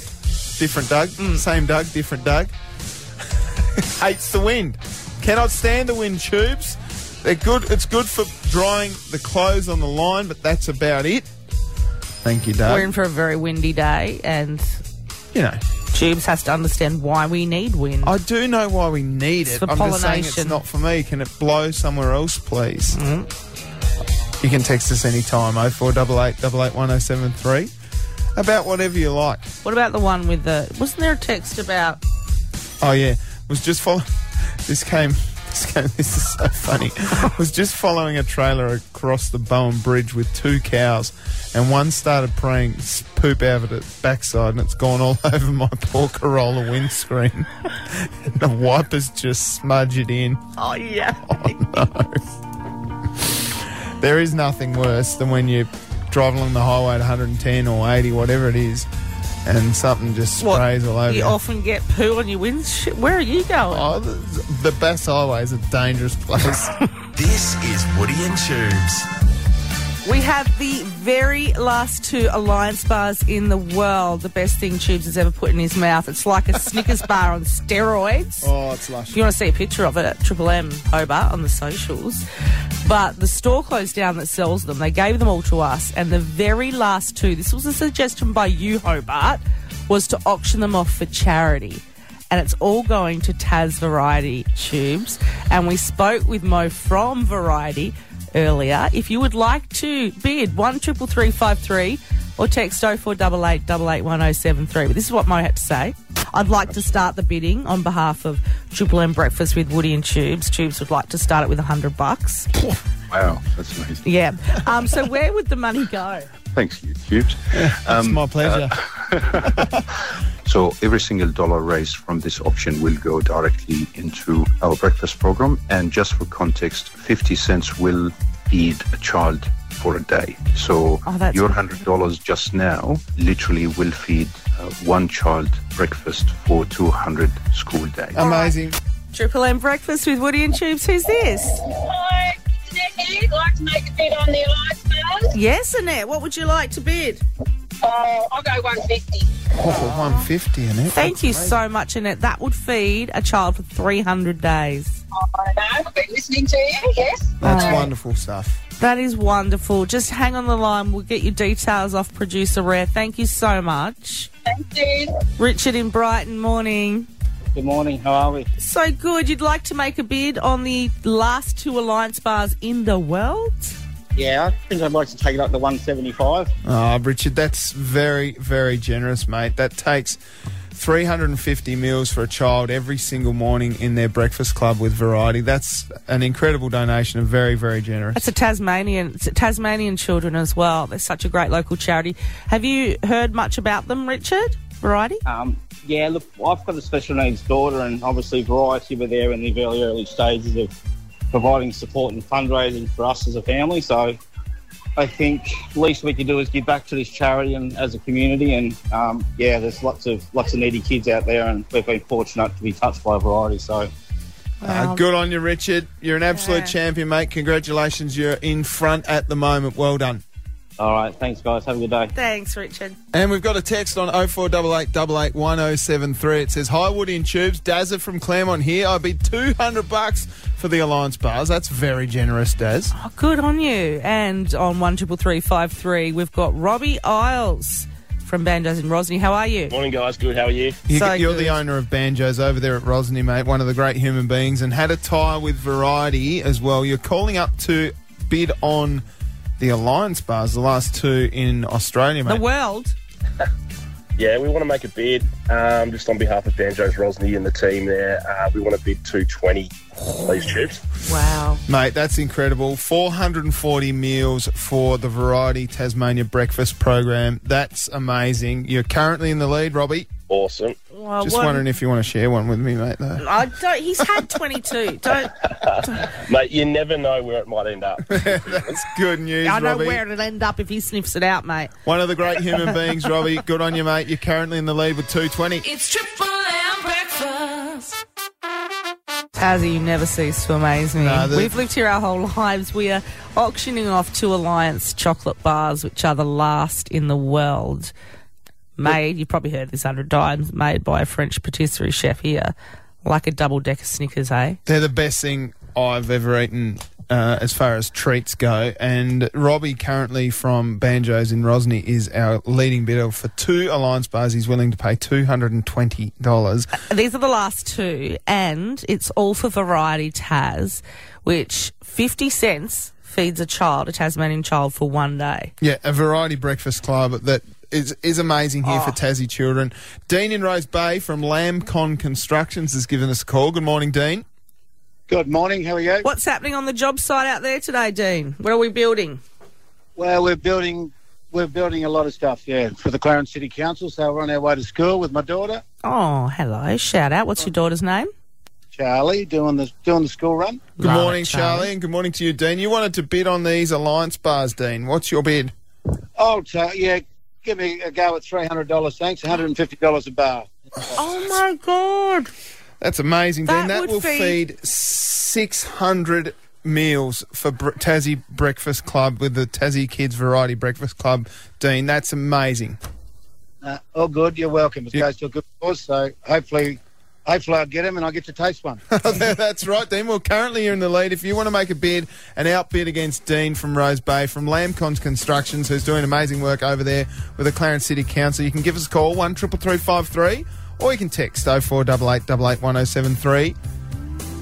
Different Doug.
Mm.
Same Doug, different Doug. Hates the wind. Cannot stand the wind tubes. They're good. It's good for drying the clothes on the line, but that's about it. Thank you, Doug.
We're in for a very windy day, and
you know,
Tubes has to understand why we need wind.
I do know why we need
It's
it.
for
I'm just saying it's
pollination.
not for me. Can it blow somewhere else, please?
Mm-hmm.
You can text us anytime, 0488881073, about whatever you like.
What about the one with the? Wasn't there a text about?
Oh, yeah. Was just follow. This came. This, came, this is so funny. was just following a trailer across the Bowen Bridge with two cows, and one started praying s- poop out of its backside, and it's gone all over my poor Corolla windscreen. and the wipers just smudge it in.
Oh yeah.
There is nothing worse than when you drive along the highway at 110 or 80, whatever it is, and something just
What,
sprays all over
You
you.
often get poo on your windshield. Where are you going?
Oh, the, the best highway is a dangerous place.
This is Woody and Tubes.
We have the very last two Alliance bars in the world. The best thing Tubes has ever put in his mouth. It's like a Snickers bar on steroids.
oh, it's lush.
If you want to see a picture of it at Triple M Hobart on the socials. But the store closed down that sells them. They gave them all to us. And the very last two, this was a suggestion by you, Hobart, was to auction them off for charity. And it's all going to Taz Variety Tubes. And we spoke with Mo from Variety earlier. If you would like to bid, one triple three five three, or text 0488881073. But this is what Mo had to say. I'd like to start the bidding on behalf of Triple M Breakfast with Woody and Tubes. Tubes would like to start it with 100 bucks.
Wow, that's amazing.
Yeah. Um, so where would the money go?
Thanks, you cubes.
it's my pleasure.
So every single dollar raised from this auction will go directly into our breakfast program. And just for context, 50 cents will feed a child for a day. So
Oh, that's
your
amazing.
$100 just now literally will feed uh, one child breakfast for 200 school days.
Um,
Amazing.
Triple M Breakfast with Woody and Tubes. Who's this?
Hi, Nikki. Like to make a bid on the Alliance Bars?
Yes, Annette. What would you like to bid?
Oh, I'll go 150.
Oh, 150 in it.
Thank you so much, Annette. That would feed a child for 300 days.
Oh, I know. I've been listening to you, yes.
That's
Uh,
wonderful stuff.
That is wonderful. Just hang on the line. We'll get your details off producer Rare. Thank you so much.
Thank you.
Richard in Brighton, morning.
Good morning. How are we?
So good. You'd like to make a bid on the last two Alliance bars in the world?
Yeah, I think I'd like to take it up to 175.
Oh, Richard, that's very, very generous, mate. That takes 350 meals for a child every single morning in their breakfast club with variety. That's an incredible donation and very, very generous.
That's a Tasmanian. It's a Tasmanian children as well. They're such a great local charity. Have you heard much about them, Richard? Variety?
Um, yeah, look, I've got a special needs daughter, and obviously Variety were there in the very early stages of providing support and fundraising for us as a family. So I think least we can do is give back to this charity and as a community. And um, yeah, there's lots of lots of needy kids out there, and we've been fortunate to be touched by Variety. So
Uh,
Um,
good on you, Richard. You're an absolute champion, mate. Congratulations. You're in front at the moment. Well done.
all right, thanks guys. Have a good day.
Thanks, Richard.
And we've got a text on 0488881073. It says, Hi, Woody and Tubes. Dazza from Claremont here. I bid 200 bucks for the Alliance Bars. That's very generous, Daz.
Oh, good on you. And on one triple three five three, we've got Robbie Isles from Banjos in Rosny. How are you?
Morning, guys. Good. How are you?
You,
So
you're
good.
the owner of Banjos over there at Rosny, mate, one of the great human beings, and had a tie with Variety as well. You're calling up to bid on the Alliance Bars, the last two in Australia,
The
mate.
world.
Yeah, we want to make a bid um, just on behalf of Banjos Rosny and the team there. Uh, we want to bid 220 these tubes.
Wow.
Mate, that's incredible. 440 meals for the Variety Tasmania Breakfast Program. That's amazing. You're currently in the lead, Robbie.
Awesome.
Well,
Just
Uh, what-
wondering if you want to share one with me, mate, though.
I don't. He's had 22. Don't.
Mate, you never know where it might end up.
That's good news,
I know
Robbie.
where it'll end up if he sniffs it out, mate.
One of the great human beings, Robbie. Good on you, mate. You're currently in the lead with 220.
It's triple M breakfast.
Tazzy, you never cease to amaze me.
No, the-
We've lived here our whole lives. We are auctioning off two Alliance chocolate bars, which are the last in the world. Made, you've probably heard this hundred times, made by a French patisserie chef here. Like a double decker Snickers, eh?
They're the best thing I've ever eaten uh, as far as treats go. And Robbie, currently from Banjos in Rosny, is our leading bidder for two Alliance bars. He's willing to pay $220.
These are the last two, and it's all for Variety Taz, which 50 cents feeds a child, a Tasmanian child, for one day.
Yeah, a variety breakfast club that is is amazing here
Ah.
for Tassie children. Dean in Rose Bay from Lambcon Constructions has given us a call. Good morning, Dean.
Good morning. How are you?
What's happening on the job site out there today, Dean? What are we building?
Well, we're building we're building a lot of stuff. Yeah, for the Clarence City Council. So we're on our way to school with my daughter
Oh, hello. Shout out. What's your daughter's name?
Charlie, doing the doing the school run.
Good
Love it,
morning, Charlie. and good morning to you, Dean. You wanted to bid on these Alliance bars, Dean. What's your bid?
Oh, ta- yeah. Give me a go at three hundred dollars. Thanks. One hundred and fifty dollars a bar.
Oh my God!
That's amazing,
That
Dean. That
would
will
feed-
feed six hundred meals for Br- Tassie Breakfast Club with the Tassie Kids Variety Breakfast Club, Dean. That's amazing.
Uh, all good. You're welcome. It goes to a good cause. So hopefully, hopefully I'll get them and I'll get to taste one.
That's right, Dean. Well, currently you're in the lead. If you want to make a bid and outbid against Dean from Rose Bay from Lambcons Constructions, who's doing amazing work over there with the Clarence City Council, you can give us a call one triple three five three, or you can text oh four double eight double eight one zero seven three.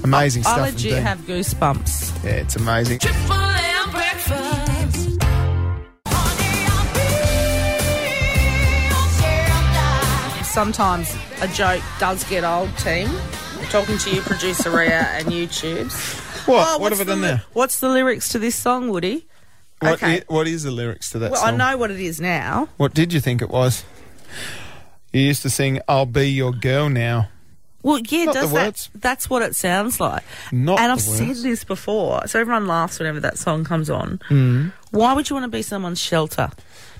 Amazing
I
stuff. from
legit
Dean.
have goosebumps.
Yeah, it's amazing.
Triple M breakfast.
Sometimes a joke does get old, team. I'm talking to you, producer Rhea, and you, Tubes.
What?
Oh,
what
what's
have I
the
done
li-
there?
What's the lyrics to this song, Woody?
What
okay.
i- what is the lyrics to that
well,
song?
I know what it is now.
What did you think it was? You used to sing "I'll be your girl now."
Well, yeah,
Not the
does that?
words.
That's what it sounds like.
Not
and
the
I've said
words.
this before, so everyone laughs whenever that song comes on.
Mm.
Why would you want to be someone's shelter?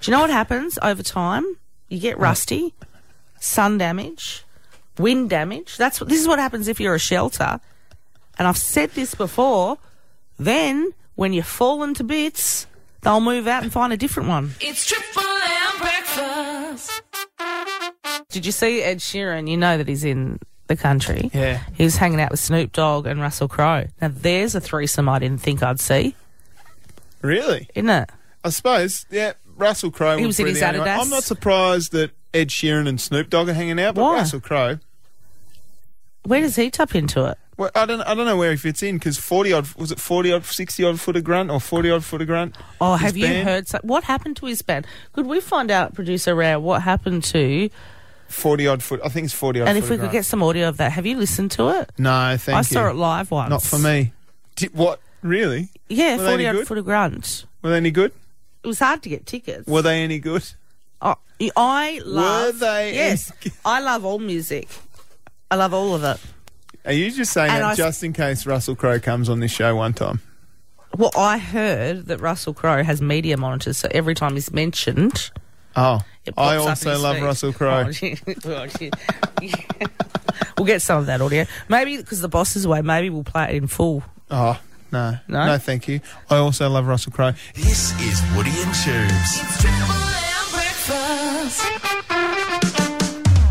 Do you know what happens over time? You get rusty, sun damage, wind damage. That's what, this is what happens if you're a shelter. And I've said this before. Then when you fall into bits, they'll move out and find a different one.
It's triple M breakfast.
Did you see Ed Sheeran? You know that he's in the country.
Yeah.
He was hanging out with Snoop Dogg and Russell Crowe. Now, there's a threesome I didn't think I'd see,
Really?
isn't it?
I suppose. Yeah, Russell Crowe.
He
would
was in
be
his
the only one.
Adidas.
I'm not surprised that Ed Sheeran and Snoop Dogg are hanging out, but
Why?
Russell Crowe.
Where does he tap into it?
Well, I don't. I don't know where he fits in because forty odd was it forty odd, sixty odd foot of grunt or forty odd foot of grunt.
Oh,
His
have you
band?
heard? So- what happened to his band? Could we find out, producer Rare, what happened to?
forty odd foot? I think it's forty odd.
and
foot
if we
of
could
grunt.
get some audio of that, have you listened to it?
no, thank
I
you.
saw it live once.
Not for me. Di- what really?
Yeah,
Were they any
forty odd
good?
foot of grunt.
Were they any good?
It was hard to get tickets.
Were they any good?
Oh, I love.
they any
Yes, I love all music. I love all of it.
Are you just saying
And
that
I s-
just in case Russell Crowe comes on this show one time?
Well, I heard that Russell Crowe has media monitors, so every time he's mentioned,
Oh,
it pops
I
up in
also
his
love
feed.
Russell Crowe.
Oh, shit. Oh, shit. Yeah. we'll get some of that audio. Maybe because the boss is away, maybe we'll play it in full.
Oh, no.
No?
no. thank you. I also love Russell Crowe.
This is Woody and Tubes.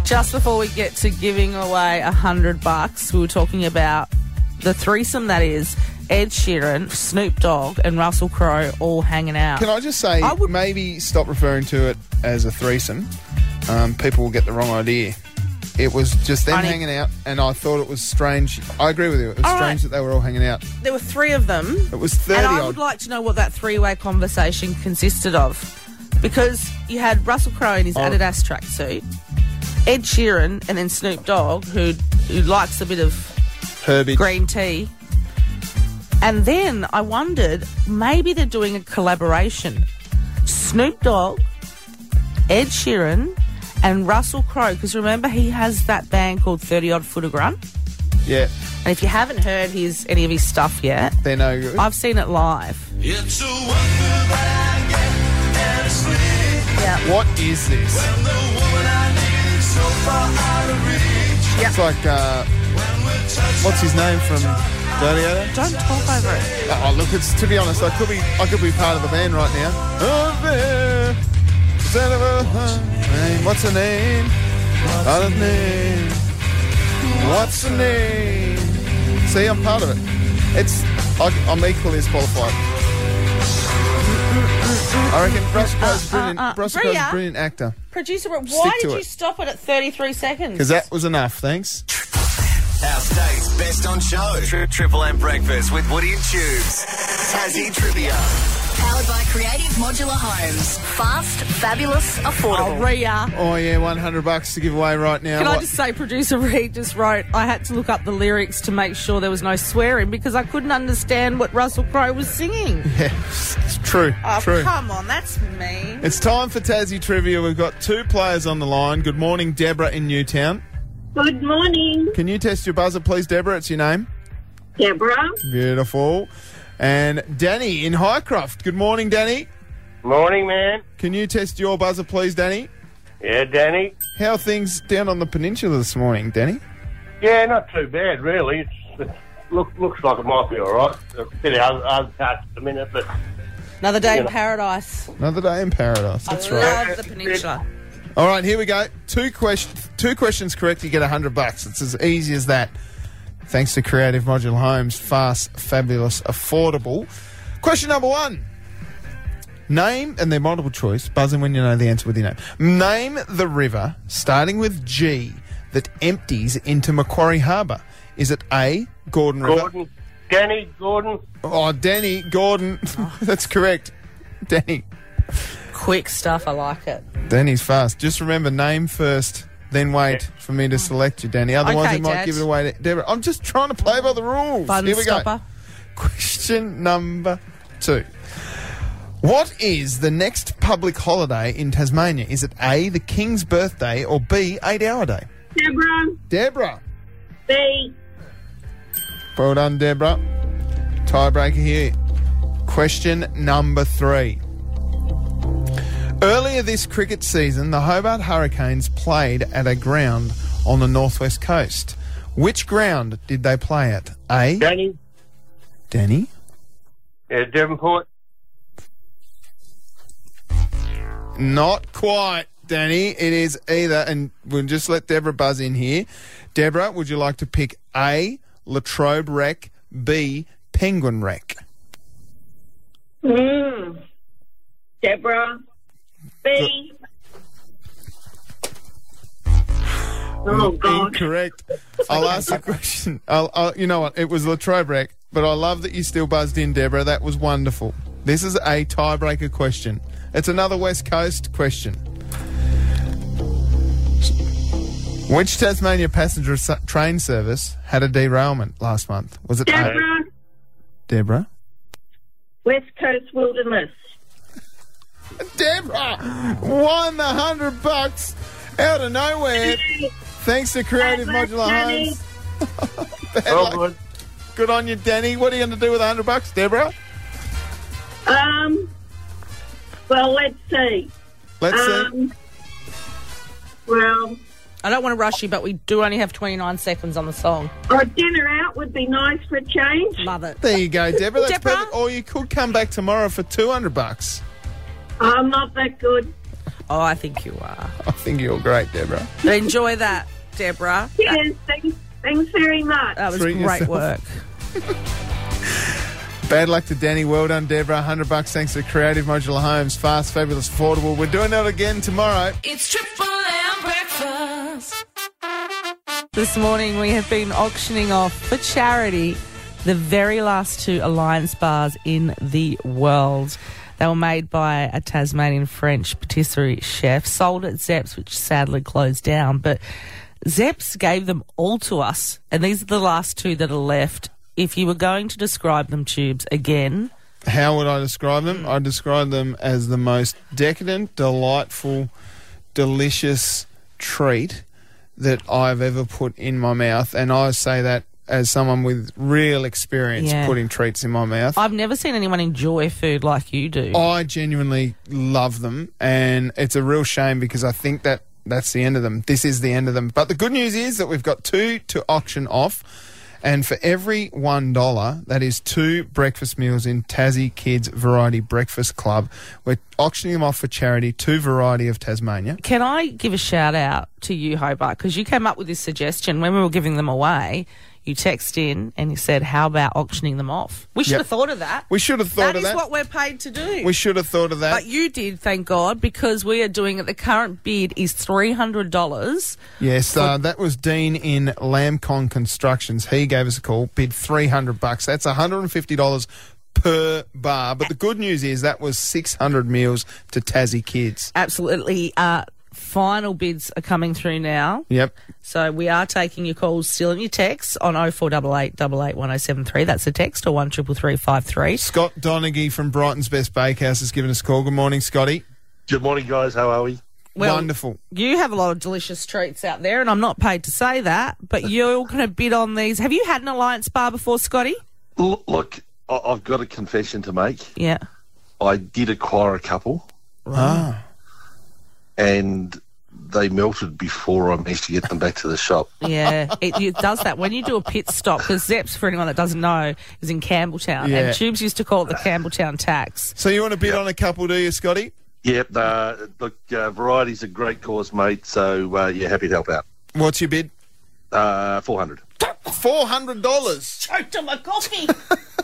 Just before we get to giving away a hundred bucks, we were talking about the threesome that is Ed Sheeran, Snoop Dogg, and Russell Crowe all hanging out.
Can I just say,
I would-
maybe stop referring to it as a threesome. Um, people will get the wrong idea. It was just them
Funny.
hanging out, and I thought it was strange. I agree with you. It was
All
strange that
right.
they were all hanging out.
There were three of them.
It was 30
And I
odd.
would like to know what that three way conversation consisted of. Because you had Russell Crowe in his
Oh.
Adidas tracksuit, Ed Sheeran, and then Snoop Dogg, who, who likes a bit of
Herbage.
green tea. And then I wondered maybe they're doing a collaboration. Snoop Dogg, Ed Sheeran, and Russell Crowe. Because remember, he has that band called 30 Odd Foot of Grunt.
Yeah.
And if you haven't heard his any of his stuff yet,
they're no good.
I've seen it live.
It's a wonder that I get and it's sweet.
What is this?
I'm the woman I need so far out of reach.
It's like, uh, what's his name from Gladiator?
Don't talk over it.
Oh, look, it's to be honest, I could be, I could be part of the band right now. Over there, son of a name. What's her name? What's her name? What's her name? See, I'm part of it. It's, I, I'm equally as qualified. I reckon Russell Crowe's a brilliant,
uh,
Russell Crowe's
Bria?
a brilliant actor.
Producer, Rob,
Stick
why
to
did
it.
you stop it at 33 seconds?
Because that was enough, thanks.
Our state's best on show. Tri- Triple M breakfast with Woody and Tubes. Tassie trivia.
Powered by Creative Modular Homes. Fast, fabulous, affordable.
Oh yeah, 100 bucks to give away right now.
Can I
What-
just say, producer Reed just wrote, I had to look up the lyrics to make sure there was no swearing because I couldn't understand what Russell Crowe was singing.
Yeah, it's true.
Oh,
true.
come on, that's mean.
It's time for Tassie trivia. We've got two players on the line. Good morning, Deborah in Newtown.
Good morning,
Can you test your buzzer, please, Deborah? It's your name.
Deborah.
Beautiful. And Danny in Highcroft. Good morning, Danny.
Morning, man.
Can you test your buzzer, please, Danny?
Yeah, Danny.
How are things down on the peninsula this morning, Danny?
Yeah, not too bad, really. It's, it's, look, looks like it might be all right. A bit un- untouched at the minute, but
Another day in
Yeah.
paradise.
Another day in paradise. That's
I
right.
love the peninsula.
All right, here we go. Two questions. Two questions correct, you get hundred bucks. It's as easy as that. Thanks to Creative Modular Homes, fast, fabulous, affordable. Question number one. Name and they're multiple choice. Buzzing when you know the answer with your name. Name the river starting with G that empties into Macquarie Harbour. Is it A. Gordon River?
Gordon, Danny, Gordon.
Oh, Danny Gordon. That's correct. Danny.
Quick stuff, I like it.
Danny's fast. Just remember, name first, then wait for me to select you, Danny. Otherwise,
Okay,
I might
Dad.
give it away to Deborah. I'm just trying to play by the rules.
Fun
Here we
stopper.
go. Question number two. What is the next public holiday in Tasmania? Is it A, the King's birthday, or B, eight hour day?
Deborah.
Deborah.
B.
Well done, Deborah. Tiebreaker here. Question number three. Earlier this cricket season, the Hobart Hurricanes played at a ground on the northwest coast. Which ground did they play at? A.
Danny.
Danny.
Yeah, Devonport.
Not quite, Danny. It is either, and we'll just let Deborah buzz in here. Deborah, would you like to pick A. Latrobe Wreck, B. Penguin Wreck?
Mm. Deborah. B. Oh, God.
Incorrect. I'll ask the question. I'll, I'll, you know what? It was Latrobe Wreck, but I love that you still buzzed in, Deborah. That was wonderful. This is a tiebreaker question. It's another West Coast question. Which Tasmania passenger su- train service had a derailment last month? Was it A?
Deborah.
Deborah?
West Coast Wilderness.
Deborah won the hundred bucks out of nowhere. Thanks to Creative
Bad luck,
Modular
Danny.
Homes. Bad luck.
good.
Good on you, Danny. What are you going to do with a hundred bucks, Deborah?
Um, well, let's see.
Let's see.
um, Well,
I don't want to rush you, but we do only have 29 seconds on the song.
a dinner out would be nice for a change.
Love it.
There you go, Deborah. That's
Deborah?
perfect. Or you could come back tomorrow for two hundred bucks.
I'm not that good.
Oh, I think you are.
I think you're great, Deborah.
Enjoy that, Deborah.
Yes, thanks, thanks very much.
That was
Treat
great
yourself.
work.
Bad luck to Danny. Well done, Deborah. Hundred bucks thanks to Creative Modular Homes. Fast, fabulous, affordable. We're doing that again tomorrow.
It's Triple M breakfast.
This morning we have been auctioning off for charity the very last two Alliance bars in the world. They were made by a Tasmanian French patisserie chef, sold at Zeps, which sadly closed down, but Zeps gave them all to us, and these are the last two that are left. If you were going to describe them, tubes again,
How would I describe them? I describe them as the most decadent, delightful, delicious treat that I've ever put in my mouth, and I say that as someone with real experience
Yeah.
putting treats in my mouth.
I've never seen anyone enjoy food like you do.
I genuinely love them, and it's a real shame because I think that that's the end of them. This is the end of them. But the good news is that we've got two to auction off, and for every one dollar, that is two breakfast meals in Tassie Kids Variety Breakfast Club. We're auctioning them off for charity to Variety of Tasmania.
Can I give a shout out to you, Hobart? Because you came up with this suggestion when we were giving them away. You texted in and you said, "How about auctioning them off?" We should
Yep.
have thought of that.
We should have thought
That
of
is
that.
what we're paid to do.
we should have thought of that.
But you did, thank God, because we are doing it. The current bid is three hundred dollars.
Yes, uh, that was Dean in Lamcon Constructions. He gave us a call, bid three hundred bucks. That's one hundred and fifty dollars per bar. But the good news is that was six hundred meals to Tassie kids.
Absolutely. Uh, final bids are coming through now.
Yep.
So we are taking your calls, still in your texts on 0488 881073. That's a text or one triple three five three.
Scott Donaghy from Brighton's Best Bakehouse has given us a call. Good morning, Scotty.
Good morning, guys. How are we?
Well-
Wonderful.
You have a lot of delicious treats out there, and I'm not paid to say that, but you're going to bid on these. Have you had an Alliance bar before, Scotty?
L- Look, I- I've got a confession to make.
Yeah.
I did acquire a couple,
Ah.
and they melted before I managed to get them back to the shop.
Yeah, it, it does that. When you do a pit stop, because Zeps, for anyone that doesn't know, is in Campbelltown,
Yeah.
and Tubes used to call it the Campbelltown tax.
So you want to bid on a couple, do you, Scotty?
Yep. Uh, look, uh, variety's a great cause, mate. So uh, yeah, happy to help out.
What's your bid?
Uh, Four hundred.
Four hundred dollars.
Choked on my coffee.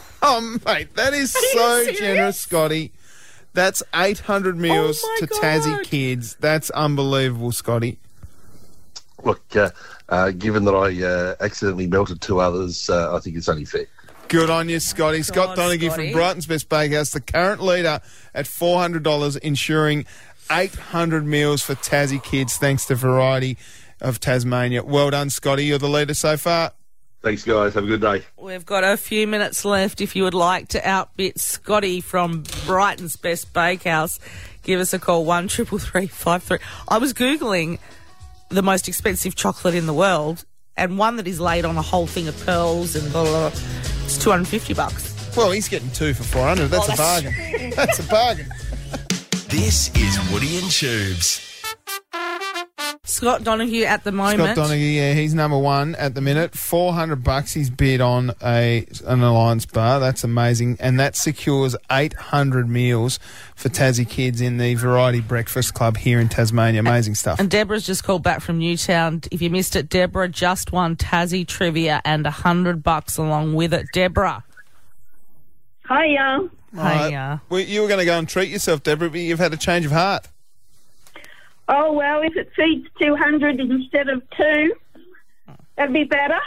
oh mate, that is
Are you
so
serious?
generous, Scotty. That's eight hundred meals
my
to
God.
Tassie kids. That's unbelievable, Scotty.
Look, uh, uh, given that I uh, accidentally melted two others, uh, I think it's only fair.
Good on you, Scotty. Scott Donaghy
Scotty.
from Brighton's Best Bakehouse, the current leader at $400, ensuring 800 meals for Tassie kids thanks to Variety of Tasmania. Well done, Scotty. You're the leader so far.
Thanks, guys. Have a good day.
We've got a few minutes left. If you would like to outbid Scotty from Brighton's Best Bakehouse, give us a call one triple three five three. I was googling the most expensive chocolate in the world, and one that is laid on a whole thing of pearls and blah blah. blah. It's two hundred and fifty bucks.
Well, he's getting two for 400 That's
Oh,
a
that's
bargain. That's a bargain.
This is Woody and Tubes.
Scott Donahue at the
Scott
moment.
Donaghy, yeah, he's number one at the minute. 400 bucks he's bid on a an Alliance bar. That's amazing. And that secures 800 meals for Tassie kids in the Variety Breakfast Club here in Tasmania. Amazing stuff.
And Deborah's just called back from Newtown. If you missed it, Deborah just won Tassie trivia and a hundred bucks along with it. Deborah.
Hiya.
Hiya.
Uh, Well, you were going to go and treat yourself, Deborah, but you've had a change of heart.
Oh, well, if it feeds 200 instead of two, that'd be better.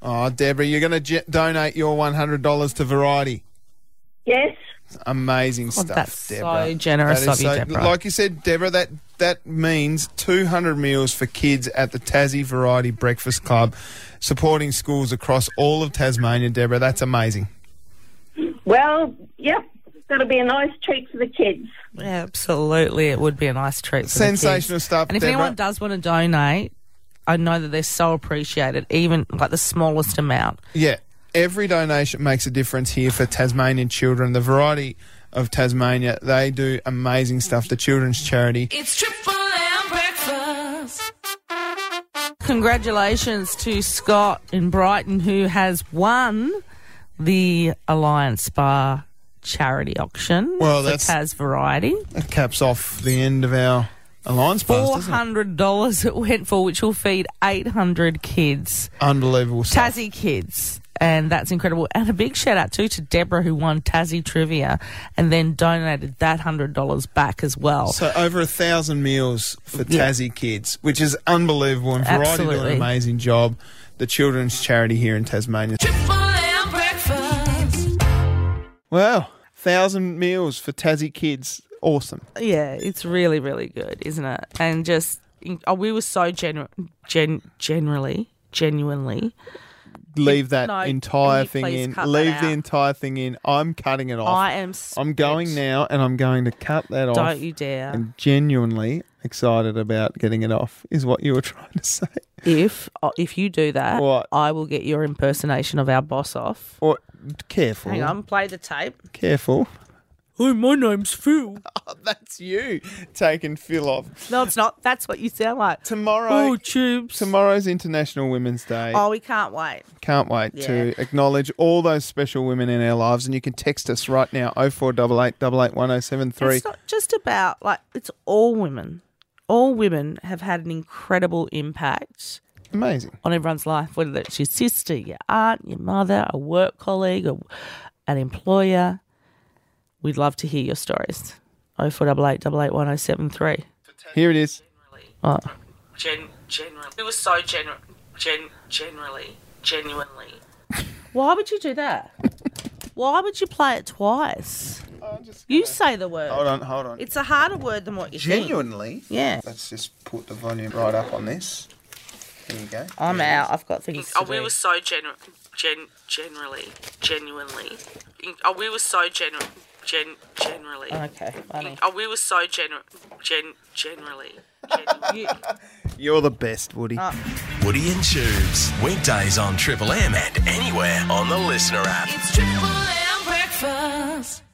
Oh, Deborah, you're going to j- donate your $100 to Variety.
Yes.
Amazing stuff,
that's so
Deborah.
generous
That is
of you, Deborah.
Like you said, Deborah, that that means 200 meals for kids at the Tassie Variety Breakfast Club, supporting schools across all of Tasmania, Deborah. That's amazing.
Well, yep, that'll be a nice treat for the kids.
Absolutely, it would be a nice treat. For the kids.
Sensational stuff,
And if
Deborah.
anyone does want to donate, I know that they're so appreciated, even like the smallest amount.
Yeah, every donation makes a difference here for Tasmanian children. The Variety of Tasmania, they do amazing stuff. The children's charity.
It's Triple M breakfast.
Congratulations to Scott in Brighton who has won the Alliance Bar charity auction.
Well,
for
that's-
Tas Variety.
That caps off the end of our alliance bars,
Four
doesn't it?
hundred dollars it went for, which will feed eight hundred kids.
Unbelievable stuff.
Tassie Kids. And that's incredible. And a big shout out too to Deborah who won Tassie Trivia and then donated that hundred dollars back as well.
So over a thousand meals for
Yeah.
Tassie kids, which is unbelievable. And Variety do an
Absolutely.
amazing job. The children's charity here in Tasmania.
Triple M breakfast.
Wow, thousand meals for Tassie kids. Awesome.
yeah, it's really, really good, isn't it? And just in- oh, we were so genu- gen- generally, genuinely.
Leave that
No, can
entire
you
thing
please
in.
cut that
Leave the
out?
entire thing in. I'm cutting it off.
I am
I'm going now, and I'm going to cut that off.
Don't you dare.
I'm genuinely excited about getting it off. Is what you were trying to say?
If uh, if you do that,
What?
I will get your impersonation of our boss off.
Or careful.
Hang on, play the tape.
Careful.
Oh, my name's Phil.
That's you taking Phil off.
No, it's not. That's what you sound like.
Tomorrow.
Oh, tubes.
Tomorrow's International Women's Day.
Oh, we can't wait.
Can't wait to acknowledge all those special women in our lives. And you can text us right now, 0488
It's not just about like it's all women. All women have had an incredible impact.
Amazing.
On everyone's life, whether that's your sister, your aunt, your mother, a work colleague, a, an employer. We'd love to hear your stories. 0488 881073.
Here it is.
Oh. Gen- generally. It was so general. Gen- generally. Genuinely. Why would you do that? Why would you play it twice? You say the word.
Hold on, hold on.
It's a harder word than what you think.
Genuinely?
Yeah.
Let's just put the volume right up on this. There you go.
I'm
Here it
out.
is.
I've got things to
Oh, we
do.
were
so general. Gen- generally. Genuinely. Oh, we were so general. Gen- generally. Okay. Oh, we were so general. Gen- generally.
You're the best, Woody.
Woody and Tubes. Weekdays on Triple M and anywhere on the Listener app.
Triple M breakfast.